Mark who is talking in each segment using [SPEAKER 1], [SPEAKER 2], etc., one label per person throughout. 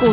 [SPEAKER 1] 股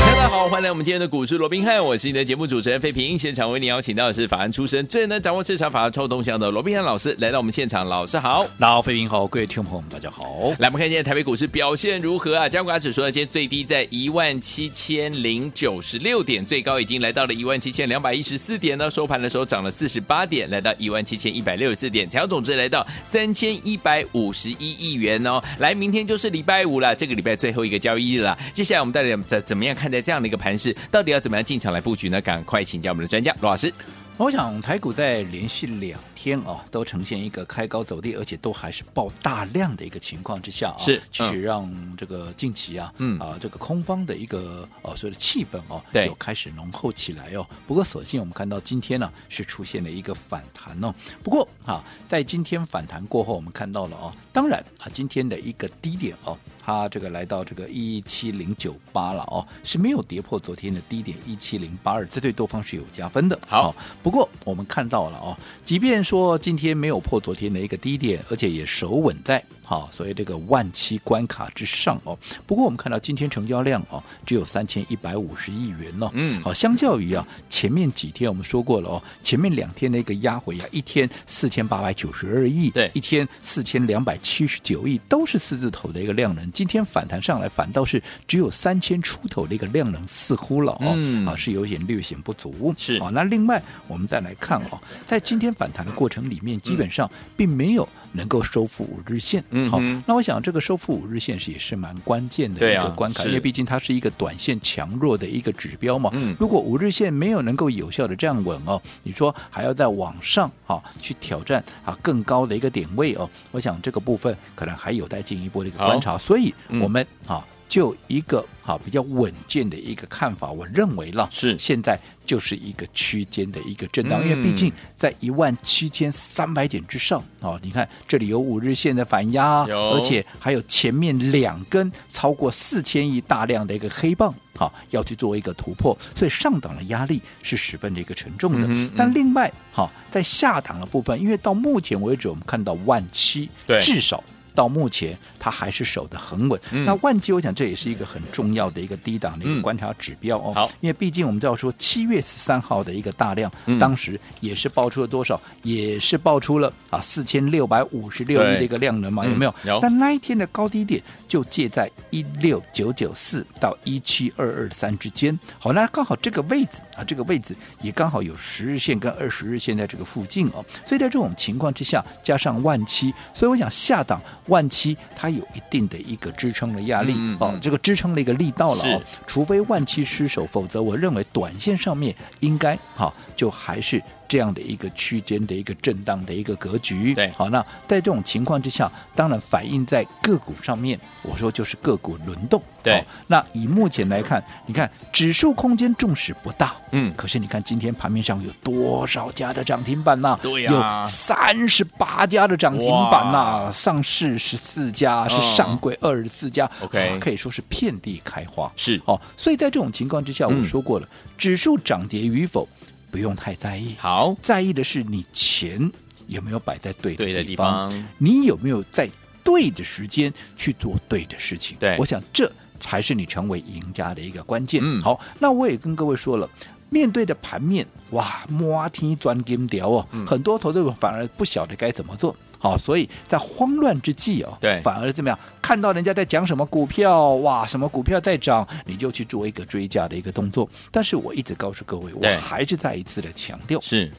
[SPEAKER 2] 大家好，欢迎来我们今天的股市罗宾汉，我是你的节目主持人费平。现场为你邀请到的是法案出身、最能掌握市场法案臭动向的罗宾汉老师来到我们现场，老师好。
[SPEAKER 3] 老飞您好，各位听众朋友们，大家好。
[SPEAKER 2] 来，我们看今天台北股市表现如何啊？加权指数呢，今天最低在一万七千零九十六点，最高已经来到了一万七千两百一十四点呢。收盘的时候涨了四十八点，来到一万七千一百六十四点，成交总值来到三千一百五十一亿元哦。来，明天就是礼拜五了，这个礼拜最后一个交易日了。接下来我们到底怎怎么样看待这样的一个盘势？到底要怎么样进场来布局呢？赶快请教我们的专家罗老师。
[SPEAKER 3] 我想台股在连续两天啊，都呈现一个开高走低，而且都还是爆大量的一个情况之下啊，
[SPEAKER 2] 是
[SPEAKER 3] 其实让这个近期啊，
[SPEAKER 2] 嗯
[SPEAKER 3] 啊这个空方的一个呃所谓的气氛哦、
[SPEAKER 2] 对
[SPEAKER 3] 有开始浓厚起来哦。不过所幸我们看到今天呢、是出现了一个反弹哦。不过啊，在今天反弹过后，我们看到了哦，当然啊今天的一个低点哦，它这个来到这个一七零九八了哦，是没有跌破昨天的低点一七零八二，这对多方是有加分的。
[SPEAKER 2] 好
[SPEAKER 3] 哦不过我们看到了哦，即便说今天没有破昨天的一个低点，而且也守稳在好、所谓这个万七关卡之上哦。不过我们看到今天成交量哦只有三千一百五十亿元哦，
[SPEAKER 2] 嗯
[SPEAKER 3] 好、相较于啊前面几天我们说过了哦，前面两天的一个压回啊，一天四千八百九十二亿，
[SPEAKER 2] 对
[SPEAKER 3] 一天四千两百七十九亿，都是四字头的一个量能。今天反弹上来，反倒是只有三千出头的一个量能，似乎了哦，
[SPEAKER 2] 嗯
[SPEAKER 3] 啊是有点略显不足，
[SPEAKER 2] 是
[SPEAKER 3] 啊。那另外我们再来看哦，在今天反弹的过程里面，基本上并没有能够收复五日线，
[SPEAKER 2] 嗯
[SPEAKER 3] 好、
[SPEAKER 2] 哼
[SPEAKER 3] 那我想这个收复五日线是也是蛮关键的
[SPEAKER 2] 对
[SPEAKER 3] 一
[SPEAKER 2] 啊
[SPEAKER 3] 个关卡，
[SPEAKER 2] 是
[SPEAKER 3] 因为毕竟它是一个短线强弱的一个指标嘛，
[SPEAKER 2] 嗯
[SPEAKER 3] 如果五日线没有能够有效的站稳哦，你说还要再往上啊去挑战啊更高的一个点位哦，我想这个部分可能还有待进一步的一个观察，所以
[SPEAKER 2] 嗯
[SPEAKER 3] 我们、啊就一个啊比较稳健的一个看法，我认为了
[SPEAKER 2] 是
[SPEAKER 3] 现在就是一个区间的一个震荡，
[SPEAKER 2] 嗯
[SPEAKER 3] 因为毕竟在一万七千三百点之上哦，你看这里有五日线的反压，
[SPEAKER 2] 有
[SPEAKER 3] 而且还有前面两根超过四千亿大量的一个黑棒，好、要去做一个突破，所以上档的压力是十分的一个沉重
[SPEAKER 2] 嗯
[SPEAKER 3] 的。
[SPEAKER 2] 哼嗯
[SPEAKER 3] 但另外，好、在下档的部分，因为到目前为止我们看到万七，
[SPEAKER 2] 对
[SPEAKER 3] 至少。到目前，它还是守得很稳。
[SPEAKER 2] 嗯
[SPEAKER 3] 那万七，我想这也是一个很重要的一个低档的一
[SPEAKER 2] 嗯
[SPEAKER 3] 个观察指标哦。
[SPEAKER 2] 好
[SPEAKER 3] 因为毕竟我们知道说，七月十三号的一个大量，
[SPEAKER 2] 嗯
[SPEAKER 3] 当时也是爆出了多少？也是爆出了啊四千六百五十六亿的一个量能嘛，
[SPEAKER 2] 对
[SPEAKER 3] 有没有？
[SPEAKER 2] 嗯有
[SPEAKER 3] 但那一天的高低点就介在一六九九四到一七二二三之间。好，那刚好这个位置啊，这个位置也刚好有十日线跟二十日线在这个附近哦。所以在这种情况之下，加上万七，所以我想下档万七它有一定的一个支撑的压力、
[SPEAKER 2] 嗯嗯
[SPEAKER 3] 哦
[SPEAKER 2] 嗯，
[SPEAKER 3] 这个支撑的一个力道了哦
[SPEAKER 2] 是。
[SPEAKER 3] 除非万七失守，否则我认为短线上面应该哈、就还是这样的一个区间的一个震荡的一个格局。
[SPEAKER 2] 对
[SPEAKER 3] 好，那在这种情况之下，当然反映在个股上面，我说就是个股轮动。
[SPEAKER 2] 对
[SPEAKER 3] 好那以目前来看，你看指数空间纵使不大，
[SPEAKER 2] 嗯
[SPEAKER 3] 可是你看今天盘面上有多少家的涨停板呐、
[SPEAKER 2] 对呀
[SPEAKER 3] 有三十八家的涨停板呐、
[SPEAKER 2] 哇
[SPEAKER 3] 上市十四家，是
[SPEAKER 2] 嗯
[SPEAKER 3] 上柜二十四家
[SPEAKER 2] OK
[SPEAKER 3] 可以说是遍地开花。
[SPEAKER 2] 是
[SPEAKER 3] 哦，所以在这种情况之下，
[SPEAKER 2] 嗯
[SPEAKER 3] 我说过了，指数涨跌与否不用太在意，
[SPEAKER 2] 好，
[SPEAKER 3] 在意的是你钱有没有摆在对的
[SPEAKER 2] 对的地
[SPEAKER 3] 地方，
[SPEAKER 2] 方，
[SPEAKER 3] 你有没有在对的时间去做对的事情。
[SPEAKER 2] 对
[SPEAKER 3] 我想这才是你成为赢家的一个关键。
[SPEAKER 2] 嗯
[SPEAKER 3] 好，那我也跟各位说了。面对的盘面，哇，摸天钻金条哦，
[SPEAKER 2] 嗯
[SPEAKER 3] 很多投资者反而不晓得该怎么做。好，所以在慌乱之际哦，
[SPEAKER 2] 对
[SPEAKER 3] 反而怎么样？看到人家在讲什么股票，哇，什么股票在涨，你就去做一个追加的一个动作。但是我一直告诉各位，我
[SPEAKER 2] 对
[SPEAKER 3] 还是再一次的强调，
[SPEAKER 2] 是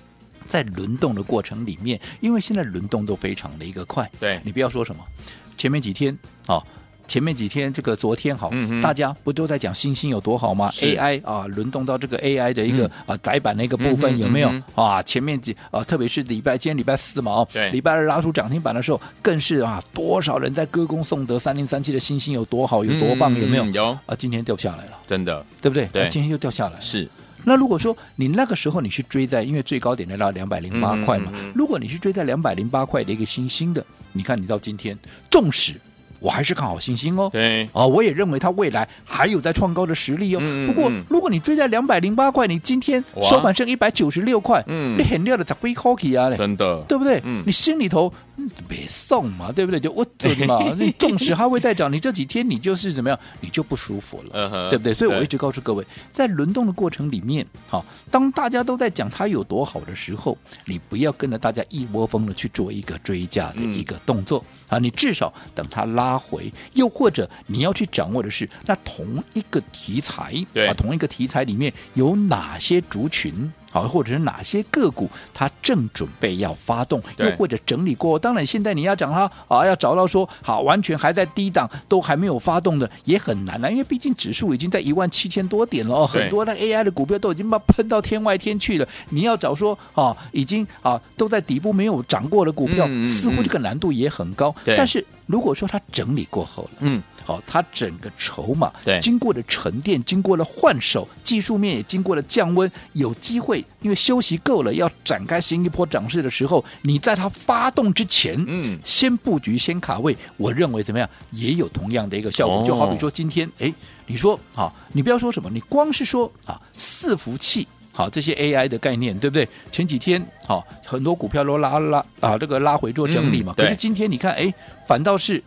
[SPEAKER 3] 在轮动的过程里面，因为现在轮动都非常的一个快，
[SPEAKER 2] 对
[SPEAKER 3] 哎你不要说什么，前面几天哦。前面几天，这个昨天好，
[SPEAKER 2] 嗯哼
[SPEAKER 3] 大家不都在讲星星有多好吗
[SPEAKER 2] 是
[SPEAKER 3] ？AI 啊，轮动到这个 AI 的一个、
[SPEAKER 2] 嗯
[SPEAKER 3] 啊窄板的一个部
[SPEAKER 2] 嗯
[SPEAKER 3] 分
[SPEAKER 2] 哼
[SPEAKER 3] 有没有、
[SPEAKER 2] 嗯
[SPEAKER 3] 啊？前面几啊，特别是礼拜今天礼拜四嘛哦
[SPEAKER 2] 对，
[SPEAKER 3] 礼拜二拉出涨停板的时候，更是啊多少人在歌功颂德三零三七的星星有多好有多棒、有没有？
[SPEAKER 2] 嗯有，
[SPEAKER 3] 啊，今天掉下来了，
[SPEAKER 2] 真的
[SPEAKER 3] 对不对？
[SPEAKER 2] 对
[SPEAKER 3] 啊今天又掉下来了，
[SPEAKER 2] 是
[SPEAKER 3] 那如果说你那个时候你去追在，因为最高点来到两百零八块嘛，
[SPEAKER 2] 嗯嗯嗯
[SPEAKER 3] 如果你去追在两百零八块的一个新兴的，你看你到今天，纵使我还是看好新兴哦，
[SPEAKER 2] 对，
[SPEAKER 3] 啊、我也认为它未来还有在创高的实力哦。
[SPEAKER 2] 嗯嗯
[SPEAKER 3] 不过
[SPEAKER 2] 嗯，
[SPEAKER 3] 如果你追在两百零八块，你今天
[SPEAKER 2] 哇
[SPEAKER 3] 收盘剩一百九十六块，
[SPEAKER 2] 嗯
[SPEAKER 3] 你很料的才归 c o k i 啊嘞，
[SPEAKER 2] 真的，
[SPEAKER 3] 对不对？
[SPEAKER 2] 嗯
[SPEAKER 3] 你心里头嗯别送嘛，对不对？就我准 嘛，你纵使它会再涨，你这几天你就是怎么样，你就不舒服了。
[SPEAKER 2] 嗯哼
[SPEAKER 3] 对不对？所以我一
[SPEAKER 2] 对
[SPEAKER 3] 直告诉各位，在轮动的过程里面，好，当大家都在讲它有多好的时候，你不要跟着大家一窝蜂的去做一个追价的
[SPEAKER 2] 嗯
[SPEAKER 3] 一个动作、啊！你至少等它拉回，又或者你要去掌握的是，那同一个题材，
[SPEAKER 2] 对
[SPEAKER 3] 啊，同一个题材里面有哪些族群？好，或者是哪些个股它正准备要发动，又
[SPEAKER 2] 对
[SPEAKER 3] 或者整理过后？当然，现在你要讲它啊，要找到说好完全还在低档，都还没有发动的，也很难了、因为毕竟指数已经在一万七千多点了哦，
[SPEAKER 2] 对
[SPEAKER 3] 很多那 AI 的股票都已经把喷到天外天去了。你要找说啊，已经啊都在底部没有涨过的股票，
[SPEAKER 2] 嗯嗯
[SPEAKER 3] 似乎
[SPEAKER 2] 嗯
[SPEAKER 3] 这个难度也很高。
[SPEAKER 2] 对
[SPEAKER 3] 但是如果说它整理过后了。
[SPEAKER 2] 嗯，
[SPEAKER 3] 好、它整个筹码
[SPEAKER 2] 对
[SPEAKER 3] 经过了沉淀，经过了换手，技术面也经过了降温，有机会，因为休息够了，要展开新一波涨势的时候，你在它发动之前，
[SPEAKER 2] 嗯
[SPEAKER 3] 先布局，先卡位，我认为怎么样，也有同样的一个效果。
[SPEAKER 2] 哦
[SPEAKER 3] 就好比说今天，哎，你说啊，你不要说什么，你光是说啊，伺服器。好，这些 AI 的概念，对不对？前几天，好、很多股票都拉拉啊，这个拉回做整理嘛。
[SPEAKER 2] 嗯对
[SPEAKER 3] 可是今天你看，哎，反倒是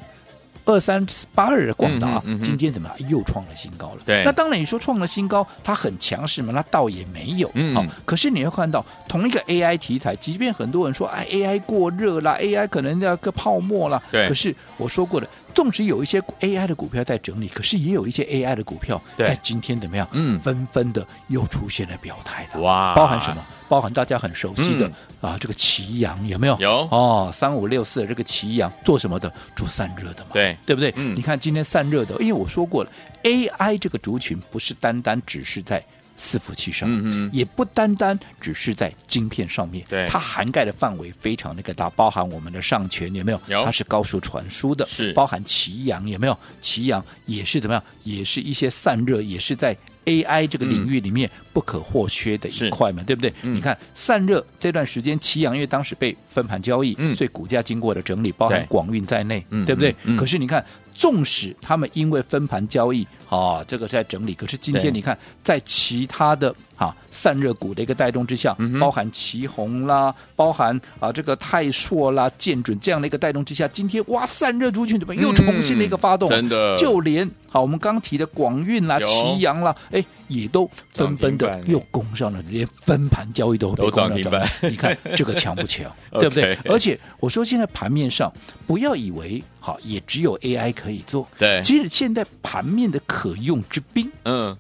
[SPEAKER 3] 二三八二的广达、
[SPEAKER 2] 嗯哼嗯哼
[SPEAKER 3] 今天怎么样又创了新高了？
[SPEAKER 2] 对
[SPEAKER 3] 那当然你说创了新高，它很强势嘛，那倒也没有。啊
[SPEAKER 2] 嗯
[SPEAKER 3] 好可是你会看到同一个 AI 题材，即便很多人说哎 AI 过热啦，AI 可能那个泡沫啦，
[SPEAKER 2] 对
[SPEAKER 3] 可是我说过的，纵使有一些 AI 的股票在整理，可是也有一些 AI 的股票
[SPEAKER 2] 对
[SPEAKER 3] 在今天怎么样？
[SPEAKER 2] 嗯
[SPEAKER 3] 纷纷的又出现了表态了。
[SPEAKER 2] 哇
[SPEAKER 3] 包含什么？？包含大家很熟悉的、
[SPEAKER 2] 嗯
[SPEAKER 3] 啊，这个祁阳有没有？
[SPEAKER 2] 有
[SPEAKER 3] 哦，三五六四的这个祁阳做什么的？做散热的嘛，
[SPEAKER 2] 对
[SPEAKER 3] 对不对？
[SPEAKER 2] 嗯
[SPEAKER 3] 你看今天散热的，因为我说过了，AI 这个族群不是单单只是在。伺服器上，
[SPEAKER 2] 嗯嗯
[SPEAKER 3] 也不单单只是在晶片上面，
[SPEAKER 2] 对
[SPEAKER 3] 它涵盖的范围非常那个大，包含我们的上权有没有？
[SPEAKER 2] 有
[SPEAKER 3] 它是高速传输的，
[SPEAKER 2] 是
[SPEAKER 3] 包含祁阳有没有？祁阳也是怎么样？也是一些散热，也是在 AI 这个领域里面不可或缺的
[SPEAKER 2] 嗯是
[SPEAKER 3] 一块嘛，对不对？
[SPEAKER 2] 嗯
[SPEAKER 3] 你看散热这段时间，祁阳因为当时被分盘交易，
[SPEAKER 2] 嗯
[SPEAKER 3] 所以股价经过了整理，包含
[SPEAKER 2] 对
[SPEAKER 3] 广运在内，
[SPEAKER 2] 嗯
[SPEAKER 3] 对不对？
[SPEAKER 2] 嗯嗯
[SPEAKER 3] 可是你看，纵使他们因为分盘交易啊，这个在整理，可是今
[SPEAKER 2] 对
[SPEAKER 3] 天你看，在其他的啊散热股的一个带动之下，
[SPEAKER 2] 嗯哼
[SPEAKER 3] 包含旗宏啦，包含啊这个泰硕啦、建准这样的一个带动之下，今天哇，散热族群怎么又重
[SPEAKER 2] 嗯
[SPEAKER 3] 新的一个发动啊？
[SPEAKER 2] 真的
[SPEAKER 3] 就连好我们刚提的广运啦、
[SPEAKER 2] 呃有
[SPEAKER 3] 祁阳啦，哎，也都纷纷
[SPEAKER 2] 涨
[SPEAKER 3] 的
[SPEAKER 2] 停板哎
[SPEAKER 3] 又攻上了，连分盘交易都
[SPEAKER 2] 都涨停板？
[SPEAKER 3] 了。你看这个强不强 对不对
[SPEAKER 2] OK？
[SPEAKER 3] 而且我说现在盘面上，不要以为好也只有 AI 可以做，
[SPEAKER 2] 对
[SPEAKER 3] 其实现在盘面的可用之兵
[SPEAKER 2] 嗯，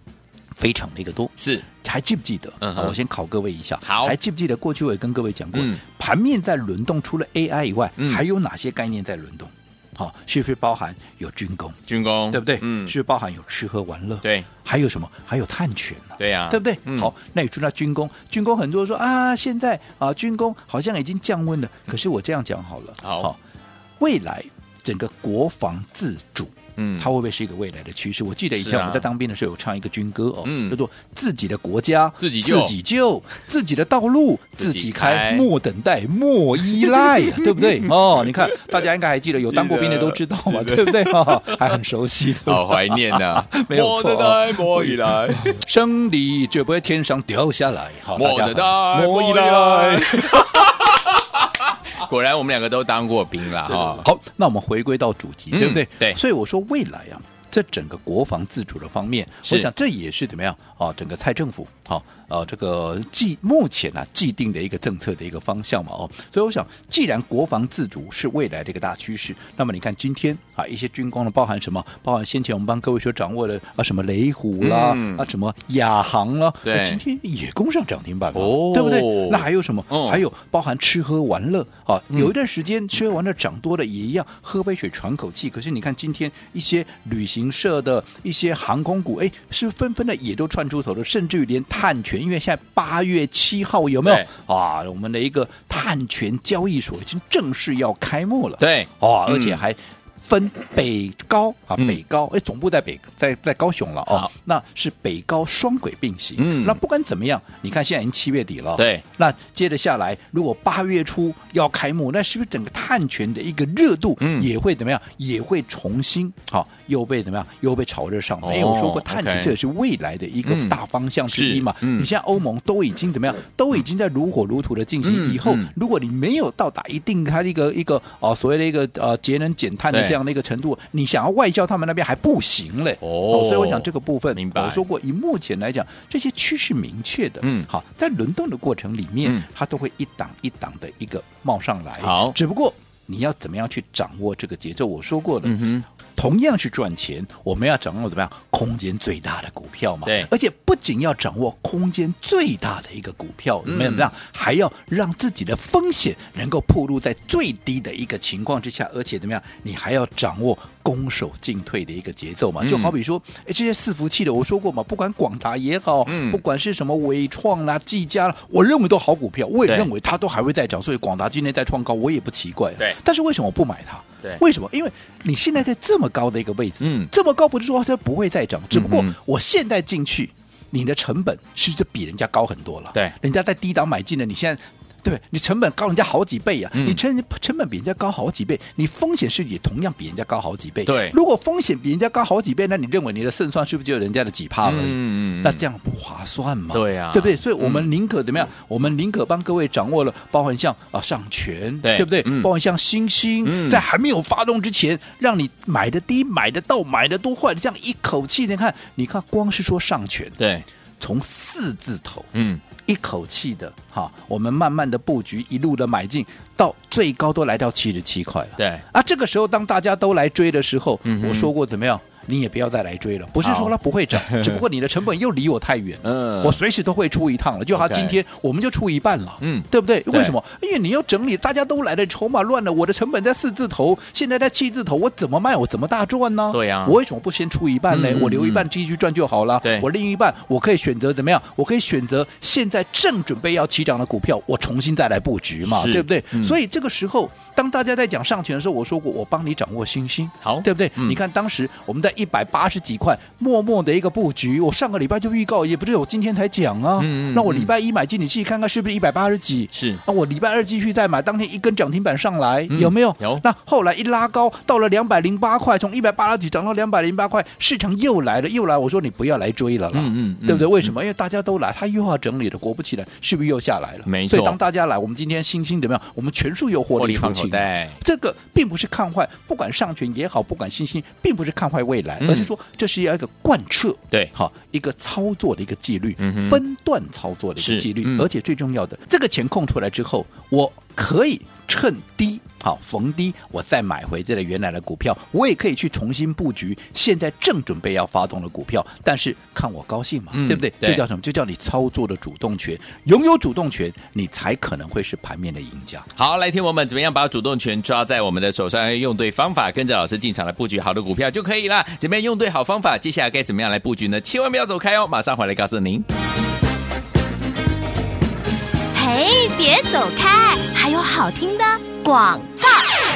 [SPEAKER 3] 非常的一个多。
[SPEAKER 2] 是
[SPEAKER 3] 还记不记得？
[SPEAKER 2] 嗯
[SPEAKER 3] 啊
[SPEAKER 2] 哼
[SPEAKER 3] 我先考各位一下。
[SPEAKER 2] 好
[SPEAKER 3] 还记不记得过去我也跟各位讲过，
[SPEAKER 2] 嗯
[SPEAKER 3] 盘面在轮动，除了 AI 以外，
[SPEAKER 2] 嗯
[SPEAKER 3] 还有哪些概念在轮动？好、是不是包含有军工？
[SPEAKER 2] 军工，
[SPEAKER 3] 对不对？
[SPEAKER 2] 嗯，
[SPEAKER 3] 是不是包含有吃喝玩乐，，
[SPEAKER 2] 对
[SPEAKER 3] 还有什么？还有碳权呢、
[SPEAKER 2] 对呀，
[SPEAKER 3] 对不对？
[SPEAKER 2] 嗯
[SPEAKER 3] 好，，那你说到军工，军工很多人说啊，现在啊军工好像已经降温了。可是我这样讲好了，
[SPEAKER 2] 好
[SPEAKER 3] 未来整个国防自主，
[SPEAKER 2] 嗯，
[SPEAKER 3] 它会不会是一个未来的趋势？我记得以
[SPEAKER 2] 是
[SPEAKER 3] 前
[SPEAKER 2] 啊
[SPEAKER 3] 我们在当兵的时候有唱一个军歌哦，
[SPEAKER 2] 嗯
[SPEAKER 3] 叫做“自己的国家
[SPEAKER 2] 自己救
[SPEAKER 3] 自己救， 自己的道路
[SPEAKER 2] 自
[SPEAKER 3] 自
[SPEAKER 2] 己
[SPEAKER 3] 己
[SPEAKER 2] 开
[SPEAKER 3] 开，莫等待，莫依赖”， 对不对？哦，你看大家应该还记得，有当过兵的都知道嘛，
[SPEAKER 2] 记得
[SPEAKER 3] 对不对？哈，还很熟悉的。，
[SPEAKER 2] 好怀念啊呐
[SPEAKER 3] 没有错啊
[SPEAKER 2] 莫得来莫以 来，
[SPEAKER 3] 生理绝不会天上掉下来，好，
[SPEAKER 2] 莫
[SPEAKER 3] 大
[SPEAKER 2] 得
[SPEAKER 3] 家
[SPEAKER 2] 来
[SPEAKER 3] 莫依
[SPEAKER 2] 以
[SPEAKER 3] 赖
[SPEAKER 2] 来。。 果然，我们两个都当过兵啦，哈，
[SPEAKER 3] 好，那我们回归到主题，
[SPEAKER 2] 嗯
[SPEAKER 3] 对不对？
[SPEAKER 2] 对
[SPEAKER 3] 所以我说未来啊，这整个国防自主的方面，
[SPEAKER 2] 是
[SPEAKER 3] 我想这也是怎么样啊？整个蔡政府好啊，呃这个既目前啊既定的一个政策的一个方向嘛哦。所以我想，既然国防自主是未来的一个大趋势，那么你看今天啊，一些军工呢，包含什么？包含先前我们帮各位所掌握的啊，什么雷虎啦，
[SPEAKER 2] 嗯
[SPEAKER 3] 啊什么亚航啦，哎
[SPEAKER 2] 对
[SPEAKER 3] 那今天也攻上涨停板了，
[SPEAKER 2] 哦
[SPEAKER 3] 对不对？那还有什么？
[SPEAKER 2] 嗯
[SPEAKER 3] 还有哎包含吃喝玩乐啊，有一段时间吃喝玩乐涨多了也一样，喝杯水喘口气。可是你看今天一些旅行社的一些航空股，哎，是纷纷的也都窜出头了，甚至于连碳权，因为现在八月七号有没
[SPEAKER 2] 对
[SPEAKER 3] 有啊？我们的一个碳权交易所已经正式要开幕了，
[SPEAKER 2] 对，
[SPEAKER 3] 哦，而且
[SPEAKER 2] 嗯
[SPEAKER 3] 还分北高啊，
[SPEAKER 2] 嗯
[SPEAKER 3] 北高，哎，总部在北在在高雄了哦
[SPEAKER 2] 好，
[SPEAKER 3] 那是北高双轨并行。
[SPEAKER 2] 嗯
[SPEAKER 3] 那不管怎么样，你看现在已经七月底了，
[SPEAKER 2] 对，
[SPEAKER 3] 那接着下来，如果八月初要开幕，那是不是整个碳权的一个热度
[SPEAKER 2] 嗯
[SPEAKER 3] 也会怎么样？也会重新好、又被怎么样？又被炒热上来？因为
[SPEAKER 2] 哦
[SPEAKER 3] 我说过，碳权
[SPEAKER 2] OK
[SPEAKER 3] 这也是未来的一个
[SPEAKER 2] 嗯
[SPEAKER 3] 大方向之一嘛。
[SPEAKER 2] 是嗯
[SPEAKER 3] 你现在欧盟都已经怎么样？都已经在如火如荼的进行。
[SPEAKER 2] 嗯
[SPEAKER 3] 以后
[SPEAKER 2] 嗯
[SPEAKER 3] 如果你没有到达一定它的一个一个呃所谓的一个呃节能减碳的
[SPEAKER 2] 对
[SPEAKER 3] 这样的一个程度，你想要外销他们那边还不行嘞。
[SPEAKER 2] 哦
[SPEAKER 3] 所以我想这个部分，
[SPEAKER 2] 明白
[SPEAKER 3] 我说过，以目前来讲，这些趋势明确的，
[SPEAKER 2] 嗯
[SPEAKER 3] 好，在轮动的过程里面，
[SPEAKER 2] 嗯
[SPEAKER 3] 它都会一档一档的一个冒上来。
[SPEAKER 2] 好
[SPEAKER 3] 只不过你要怎么样去掌握这个节奏？我说过了，
[SPEAKER 2] 嗯哼，
[SPEAKER 3] 同样是赚钱，我们要掌握怎么样空间最大的股票嘛？
[SPEAKER 2] 对
[SPEAKER 3] 而且不仅要掌握空间最大的一个股票，
[SPEAKER 2] 嗯
[SPEAKER 3] 怎么样？还要让自己的风险能够暴露在最低的一个情况之下，而且怎么样？你还要掌握攻守进退的一个节奏嘛？
[SPEAKER 2] 嗯
[SPEAKER 3] 就好比说，哎，这些伺服器的，我说过嘛，不管广达也好，
[SPEAKER 2] 嗯
[SPEAKER 3] 不管是什么伟创啦、技嘉啦，我认为都好股票，我也
[SPEAKER 2] 对
[SPEAKER 3] 认为它都还会再涨，所以广达今天再创高，我也不奇怪。啊
[SPEAKER 2] 对
[SPEAKER 3] 但是为什么我不买它？
[SPEAKER 2] 对
[SPEAKER 3] 为什么？因为你现在在这么高的一个位置，
[SPEAKER 2] 嗯
[SPEAKER 3] 这么高不是说它不会再涨，只不过
[SPEAKER 2] 嗯哼
[SPEAKER 3] 我现在进去，你的成本是不是比人家高很多了？
[SPEAKER 2] 对
[SPEAKER 3] 人家在低档买进了，你现在。对不对？你成本高人家好几倍呀、啊
[SPEAKER 2] 嗯
[SPEAKER 3] 你成成本比人家高好几倍，你风险是也同样比人家高好几倍。
[SPEAKER 2] 对
[SPEAKER 3] 如果风险比人家高好几倍，那你认为你的胜算是不是只有人家的几趴而已？
[SPEAKER 2] 嗯嗯嗯
[SPEAKER 3] 那这样不划算嘛？
[SPEAKER 2] 对啊
[SPEAKER 3] 对不对？所以我
[SPEAKER 2] 嗯
[SPEAKER 3] 们宁可怎么样？我们宁可帮各位掌握了，包含像啊上权，
[SPEAKER 2] 对
[SPEAKER 3] 不对？
[SPEAKER 2] 嗯
[SPEAKER 3] 包含像星星，
[SPEAKER 2] 嗯
[SPEAKER 3] 在还没有发动之前，让你买的低、买的到、买的多坏，这样一口气，你看，你看，光是说上权，
[SPEAKER 2] 对，
[SPEAKER 3] 从四字头
[SPEAKER 2] 嗯，
[SPEAKER 3] 一口气的哈，我们慢慢的布局，一路的买进，到最高都来到七十七块了。
[SPEAKER 2] 对，
[SPEAKER 3] 啊，这个时候当大家都来追的时候，
[SPEAKER 2] 嗯哼
[SPEAKER 3] 我说过怎么样？你也不要再来追了，不是
[SPEAKER 2] 好
[SPEAKER 3] 说它不 会涨，只不过你的成本又离我太远了，
[SPEAKER 2] 嗯
[SPEAKER 3] 我随时都会出一趟了。就好，
[SPEAKER 2] OK
[SPEAKER 3] 今天我们就出一半了，
[SPEAKER 2] 嗯
[SPEAKER 3] 对不对？
[SPEAKER 2] 对
[SPEAKER 3] 为什么？因为你要整理，大家都来了，筹码乱了，我的成本在四字头，现在在七字头，我怎么卖？我怎么大赚呢？
[SPEAKER 2] 对呀
[SPEAKER 3] 我为什么不先出一半呢
[SPEAKER 2] 嗯？
[SPEAKER 3] 我留一半继续赚就好了。
[SPEAKER 2] 对
[SPEAKER 3] 我另一半我可以选择怎么样？我可以选择现在正准备要起涨的股票，我重新再来布局嘛，
[SPEAKER 2] 是
[SPEAKER 3] 对不对
[SPEAKER 2] 嗯？
[SPEAKER 3] 所以哎这个时候，当大家在讲上权的时候，我说过，我帮你掌握新兴，
[SPEAKER 2] 好
[SPEAKER 3] 对不对？
[SPEAKER 2] 嗯
[SPEAKER 3] 你看当时我们在一百八十几块，默默的一个布局，我上个礼拜就预告，也不是我今天才讲啊。
[SPEAKER 2] 嗯嗯
[SPEAKER 3] 那我礼拜一买进，你自己看看是不是一百八十几？
[SPEAKER 2] 是
[SPEAKER 3] 那我礼拜二继续再买，当天一根涨停板上来，
[SPEAKER 2] 嗯
[SPEAKER 3] 有没有？
[SPEAKER 2] 有
[SPEAKER 3] 那后来一拉高到了两百零八块，从一百八十几涨到两百零八块，市场又来了，又来。我说你不要来追了啦，
[SPEAKER 2] 嗯嗯嗯
[SPEAKER 3] 对不对？为什么？因为大家都来，他又要整理了，果不其然，是不是又下来了？
[SPEAKER 2] 没
[SPEAKER 3] 所以
[SPEAKER 2] 错
[SPEAKER 3] 当大家来，我们今天星星怎么样？我们全数又获
[SPEAKER 2] 获
[SPEAKER 3] 利
[SPEAKER 2] 利
[SPEAKER 3] 出
[SPEAKER 2] 放口
[SPEAKER 3] 清。
[SPEAKER 2] 袋，
[SPEAKER 3] 这个并不是看坏，不管上权也好，不管星星，并不是看坏未来，
[SPEAKER 2] 嗯
[SPEAKER 3] 而是说这是要一个贯彻
[SPEAKER 2] 对，
[SPEAKER 3] 好一个操作的一个纪律，
[SPEAKER 2] 嗯哼
[SPEAKER 3] 分段操作的一
[SPEAKER 2] 是
[SPEAKER 3] 个纪律，
[SPEAKER 2] 嗯
[SPEAKER 3] 而且最重要的，这个钱空出来之后，我可以趁低。好，逢低我再买回这类原来的股票，我也可以去重新布局现在正准备要发动的股票，但是看我高兴嘛，
[SPEAKER 2] 嗯
[SPEAKER 3] 对不对？
[SPEAKER 2] 对
[SPEAKER 3] 这叫什么？就叫你操作的主动权，拥有主动权，你才可能会是盘面的赢家。
[SPEAKER 2] 好，来，听我们怎么样把主动权抓在我们的手上？要用对方法，跟着老师进场来布局好的股票就可以啦。怎么样用对好方法？接下来该怎么样来布局呢？千万不要走开哦，马上回来告诉您。
[SPEAKER 1] 嘿，别走开，还有好听的广告。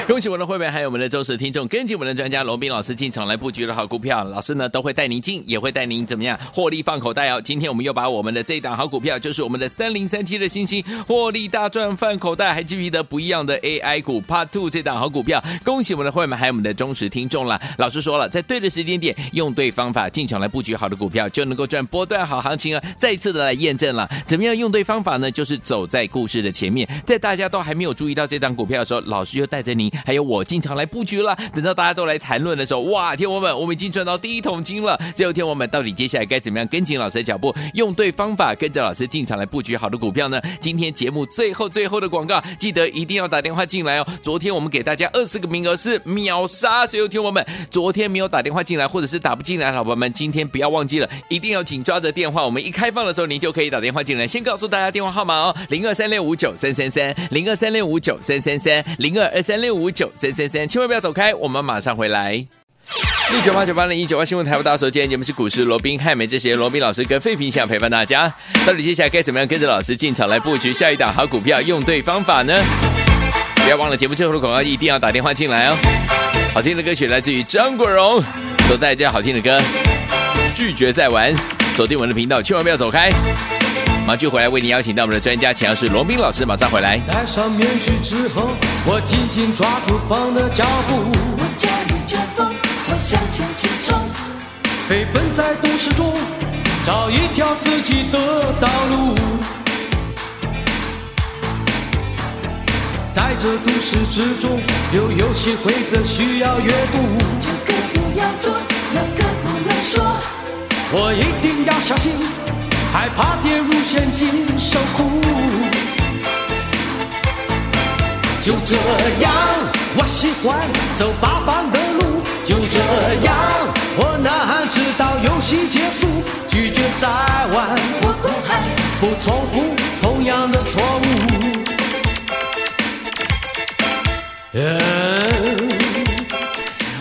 [SPEAKER 2] 恭喜我们的会员，还有我们的忠实听众，跟紧我们的专家龙斌老师进场来布局的好股票，老师呢都会带您进，也会带您怎么样获利放口袋哦。今天我们又把我们的这一档好股票，就是我们的三零三七的星星获利大赚饭口袋，还记不记得不一样的 AI 股 Part Two 这档好股票？恭喜我们的会员，还有我们的忠实听众啦。老师说了，在对的时间点，用对方法进场来布局好的股票，就能够赚波段好行情啊！再一次的来验证了，怎么样用对方法呢？就是走在故事的前面，在大家都还没有注意到这档股票的时候，老师就带着您还有我进场来布局了。等到大家都来谈论的时候，哇，天王们，我们已经赚到第一桶金了。最后天王们到底接下来该怎么样跟紧老师的脚步，用对方法，跟着老师进场来布局好的股票呢？今天节目最后最后的广告，记得一定要打电话进来哦。昨天我们给大家二十个名额是秒杀，所有天王们，昨天没有打电话进来或者是打不进来，老板们今天不要忘记了，一定要紧抓着电话，我们一开放的时候您就可以打电话进来。先告诉大家电话号码哦，零二三六五九三三三，零二三六五九三三三，零二二三六五九三三三，千万不要走开，我们马上回来。一九八九八零一九八新闻台，我大家收，今天节目是股市罗宾汉美这些罗宾老师跟费平想陪伴大家，到底接下来该怎么样跟着老师进场来布局下一档好股票，用对方法呢？不要忘了节目最后的广告一定要打电话进来哦。好听的歌曲来自于张国荣，所带来这样好听的歌，拒绝再玩，锁定我们的频道，千万不要走开。马上就回来为您邀请到我们的专家，钱老师罗斌老师，马上回来。
[SPEAKER 4] 戴上面具之后，我紧紧抓住风的脚步，
[SPEAKER 5] 我驾驭着风，我向前直冲，
[SPEAKER 4] 飞奔在都市中，找一条自己的道路。在这都市之中，有游戏规则需要阅读，
[SPEAKER 5] 这个不要做，那个不要说，
[SPEAKER 4] 我一定要小心，害怕跌入陷阱受苦。就这样，我喜欢走八方的路。就这样，我呐喊直到游戏结束，拒绝再玩，
[SPEAKER 5] 我不害，
[SPEAKER 4] 不重复同样的错误。嗯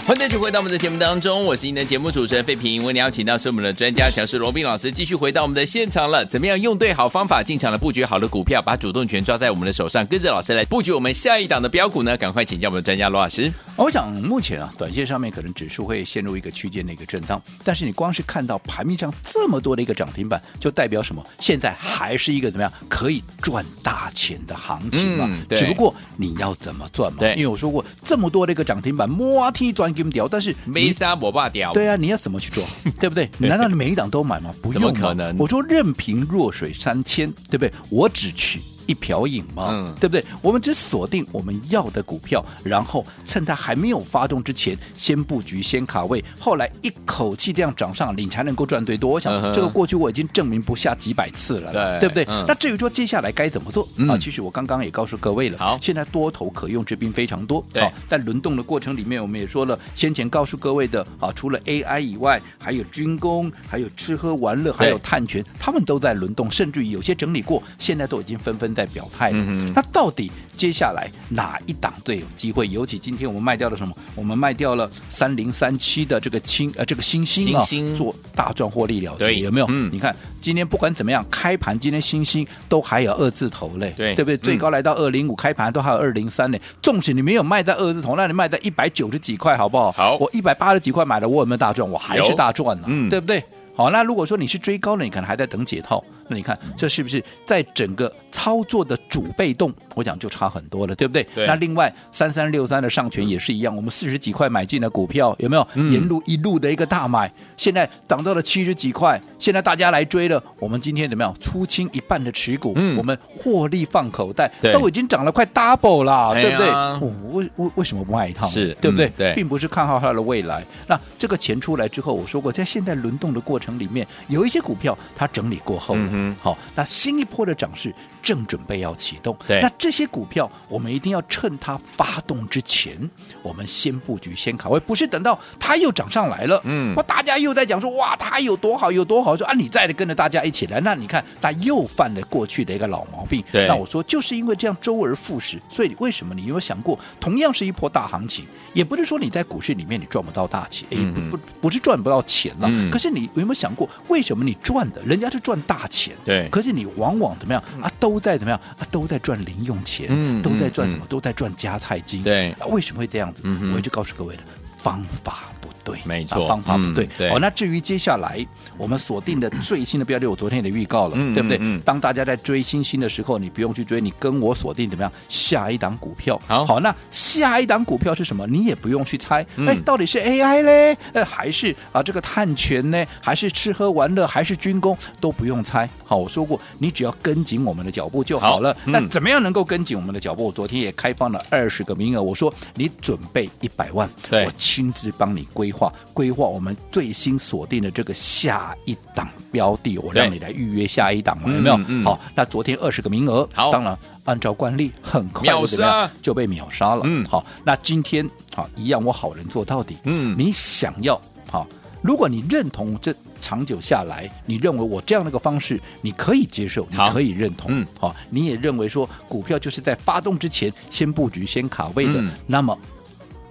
[SPEAKER 2] 欢迎继续回到我们的节目当中，我是您的节目主持人费平。为您邀请到是我们的专家强势罗宾老师，继续回到我们的现场了。怎么样用对好方法进场来布局好的股票，把主动权抓在我们的手上，跟着老师来布局我们下一档的标股呢？赶快请教我们的专家罗老师。
[SPEAKER 3] 啊我想目前啊，短线上面可能指数会陷入一个区间的一个震荡，但是你光是看到盘面上这么多的一个涨停板，就代表什么？现在还是一个怎么样可以赚大钱的行情嘛？
[SPEAKER 2] 嗯对
[SPEAKER 3] 只不过你要怎么赚嘛？
[SPEAKER 2] 对
[SPEAKER 3] 因为我说过这么多的一个涨停板，摸梯转金条，但是
[SPEAKER 2] 没
[SPEAKER 3] 你
[SPEAKER 2] 杀我爸屌，
[SPEAKER 3] 对啊，你要怎么 去做，对不对？难道你每一档都买吗？不
[SPEAKER 2] 怎么
[SPEAKER 3] 用嘛
[SPEAKER 2] 可能
[SPEAKER 3] 我说任凭弱水三千，对不对？我只取。一瓢饮嘛，
[SPEAKER 2] 嗯
[SPEAKER 3] 对不对？我们只锁定我们要的股票，然后趁它还没有发动之前，先布局，先卡位，后来一口气这样涨上，你才能够赚最多。我想
[SPEAKER 2] 嗯哼
[SPEAKER 3] 这个过去我已经证明不下几百次了啦，
[SPEAKER 2] 对
[SPEAKER 3] 不对？
[SPEAKER 2] 嗯
[SPEAKER 3] 那至于说接下来该怎么做、啊，
[SPEAKER 2] 嗯
[SPEAKER 3] 其实我刚刚也告诉各位了，
[SPEAKER 2] 好
[SPEAKER 3] 现在多头可用之兵非常多，
[SPEAKER 2] 对
[SPEAKER 3] 好在轮动的过程里面，我们也说了，先前告诉各位的啊，除了 AI 以外，还有军工，还有吃喝玩乐，还有碳权，他们都在轮动，甚至于有些整理过，现在都已经纷纷在表态了。
[SPEAKER 2] 嗯哼
[SPEAKER 3] 那到底接下来哪一档最有机会？尤其今天我们卖掉了什么？我们卖掉了三零三七的这个清呃这个星星啊，
[SPEAKER 2] 星星
[SPEAKER 3] 做大赚获利了结，
[SPEAKER 2] 对
[SPEAKER 3] 有没有？
[SPEAKER 2] 嗯
[SPEAKER 3] 你看今天不管怎么样，开盘今天星星都还有二字头嘞，
[SPEAKER 2] 对
[SPEAKER 3] 对不对？
[SPEAKER 2] 嗯
[SPEAKER 3] 最高。高来到二零五，开盘都还有二零三呢。纵使你没有卖在二字头，那你卖在一百九十几块，好不好？
[SPEAKER 2] 好
[SPEAKER 3] 我一百八十几块买了，我有没有大赚？我还是
[SPEAKER 2] 有
[SPEAKER 3] 大赚呢、啊
[SPEAKER 2] 嗯
[SPEAKER 3] 对不对？好，那如果说你是追高了，你可能还在等解套，那你
[SPEAKER 2] 嗯
[SPEAKER 3] 看这是不是在整个操作的主被动，我讲就差很多了，对不对？
[SPEAKER 2] 对
[SPEAKER 3] 那另外三三六三的上权也是一样，我们四十几块买进的股票，有没有、
[SPEAKER 2] 嗯
[SPEAKER 3] 沿路一路的一个大买？现在涨到了七十几块，现在大家来追了，我们今天怎么样出清一半的持股，
[SPEAKER 2] 嗯
[SPEAKER 3] 我们获利放口袋，
[SPEAKER 2] 对
[SPEAKER 3] 都已经涨了快 double 啦，
[SPEAKER 2] 哎
[SPEAKER 3] 对不对？
[SPEAKER 2] 呀
[SPEAKER 3] 我为为为什么不卖一趟？
[SPEAKER 2] 是
[SPEAKER 3] 对不对、
[SPEAKER 2] 嗯对
[SPEAKER 3] 并不是看好它的未来。那这个钱出来之后，我说过，在现在轮动的过程里面，有一些股票它整理过后了，
[SPEAKER 2] 嗯
[SPEAKER 3] 好、那新一波的涨势正准备要启动。
[SPEAKER 2] 对
[SPEAKER 3] 那这些股票我们一定要趁它发动之前，我们先布局、先卡位，不是等到它又涨上来了，
[SPEAKER 2] 嗯
[SPEAKER 3] 哇，大家又在讲说哇，它有多好有多好，说啊，你再跟着大家一起来，那你看它又犯了过去的一个老毛病。
[SPEAKER 2] 对
[SPEAKER 3] 那我说就是因为这样周而复始，所以为什么你有没有想过，同样是一波大行情，也不是说你在股市里面你赚不到大钱，也不不不是赚不到钱了、
[SPEAKER 2] 嗯
[SPEAKER 3] 可是你有没有想过，为什么你赚的人家是赚大钱？
[SPEAKER 2] 对
[SPEAKER 3] 可是你往往怎么样啊？都在怎么样啊？都在赚零用钱，
[SPEAKER 2] 嗯
[SPEAKER 3] 都在赚
[SPEAKER 2] 嗯
[SPEAKER 3] 什么？都在赚加菜金。
[SPEAKER 2] 对
[SPEAKER 3] 啊，为什么会这样子？
[SPEAKER 2] 嗯哼
[SPEAKER 3] 我一直告诉各位的方法不对，
[SPEAKER 2] 没错
[SPEAKER 3] 啊方法不
[SPEAKER 2] 嗯
[SPEAKER 3] 对。
[SPEAKER 2] 对
[SPEAKER 3] 哦，那至于接下来我们锁定的最新的标的，我昨天也预告了，
[SPEAKER 2] 嗯
[SPEAKER 3] 对不对？
[SPEAKER 2] 嗯嗯
[SPEAKER 3] 当大家在追星星的时候，你不用去追，你跟我锁定怎么样？下一档股票。
[SPEAKER 2] 好
[SPEAKER 3] 那下一档股票是什么？你也不用去猜，
[SPEAKER 2] 嗯
[SPEAKER 3] 哎，到底是 AI 嘞，呃，还是啊这个碳权呢，还是吃喝玩乐，还是军工，都不用猜。好，我说过，你只要跟紧我们的脚步就好了。
[SPEAKER 2] 好嗯
[SPEAKER 3] 那怎么样能够跟紧我们的脚步？我昨天也开放了二十个名额，我说你准备一百万，
[SPEAKER 2] 对
[SPEAKER 3] 我亲自帮你规划，规划我们最新锁定的这个下一档标的，我
[SPEAKER 2] 对
[SPEAKER 3] 让你来预约下一档嘛，哦
[SPEAKER 2] 嗯
[SPEAKER 3] 有没有？
[SPEAKER 2] 嗯
[SPEAKER 3] 好，那昨天二十个名额，
[SPEAKER 2] 好
[SPEAKER 3] 当然按照惯例，很快
[SPEAKER 2] 秒
[SPEAKER 3] 就怎么样
[SPEAKER 2] 杀
[SPEAKER 3] 就被秒杀了。
[SPEAKER 2] 嗯
[SPEAKER 3] 好，那今天好一样，我好人做到底。
[SPEAKER 2] 嗯
[SPEAKER 3] 你想要好，如果你认同这长久下来，你认为我这样的一个方式你可以接受，你
[SPEAKER 2] 好
[SPEAKER 3] 可以认同，
[SPEAKER 2] 嗯
[SPEAKER 3] 好，你也认为说股票就是在发动之前先布局、先卡位的，
[SPEAKER 2] 嗯
[SPEAKER 3] 那么。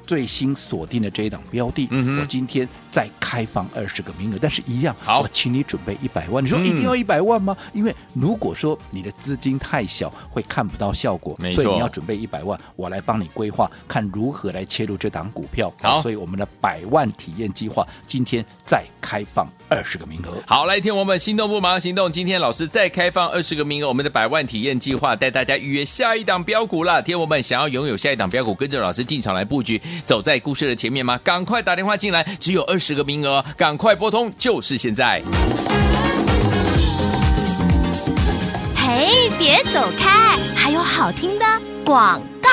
[SPEAKER 3] 最新锁定的这一档标的，
[SPEAKER 2] 嗯哼
[SPEAKER 3] 我今天再开放二十个名额，但是一样，
[SPEAKER 2] 好
[SPEAKER 3] 我请你准备一百万。你说
[SPEAKER 2] 嗯
[SPEAKER 3] 一定要一百万吗？因为如果说你的资金太小，会看不到效果
[SPEAKER 2] 没，错
[SPEAKER 3] 所以你要准备一百万，我来帮你规划，看如何来切入这档股票。
[SPEAKER 2] 好
[SPEAKER 3] 所以我们的百万体验计划今天再开放二十个名额。
[SPEAKER 2] 好，来，听我们心动不马上行动。今天老师再开放二十个名额，我们的百万体验计划带大家预约下一档标股啦。听我们想要拥有下一档标股，跟着老师进场来布局，走在故事的前面吗？赶快打电话进来，只有二十个名额，赶快拨通，就是现在。
[SPEAKER 1] 嘿，别走开，还有好听的广告。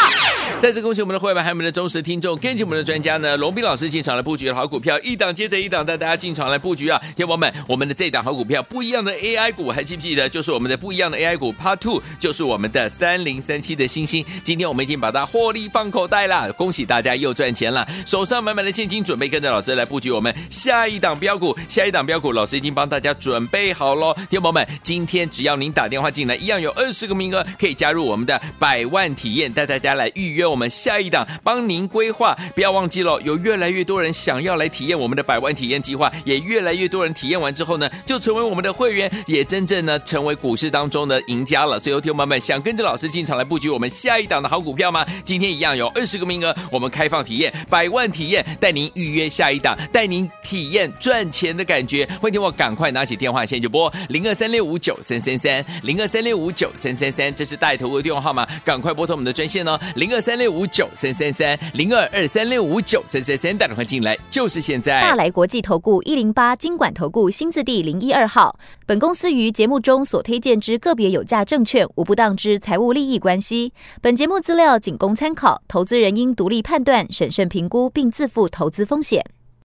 [SPEAKER 2] 再次恭喜我们的会员，还有我们的忠实听众，跟紧我们的专家呢，龙斌老师进场来布局的好股票，一档接着一档带大家进场来布局啊！小伙伴们，我们的这档好股票不一样的 AI 股，还记不记得？就是我们的不一样的 AI 股 Part Two，就是我们的三零三七的星星。今天我们已经把它获利放口袋啦，恭喜大家又赚钱了，手上满满的现金，准备跟着老师来布局我们下一档标股，下一档标股，老师已经帮大家准备好喽。听众朋友们，今天只要您打电话进来，一样有二十个名额可以加入我们的百万体验，带大家来预约我们下一档，帮您规划。不要忘记了，有越来越多人想要来体验我们的百万体验计划，也越来越多人体验完之后呢，就成为我们的会员，也真正呢成为股市当中的赢家了。所以，有听众朋友们想跟着老师进场来布局我们下一档的好股票吗？今天一样有二十个名额，我们开放体验百万体验，带您预约下一档，带您体验赚钱的感觉。欢迎我赶快拿起电话现在就拨零二三六五九三三三零二三六五九三三三，这是带头的电话号码，赶快拨通我们的专线哦，零二三六五九三三三零二二三六五九三三三，打电话进来就是现在。
[SPEAKER 6] 大来国际投顾一零八金管投顾新字第零一二号。本公司于节目中所推荐之个别有价证券，无不当之财务利益关系。本节目资料仅供参考，投资人应独立判断、审慎评估，并自负投资风险。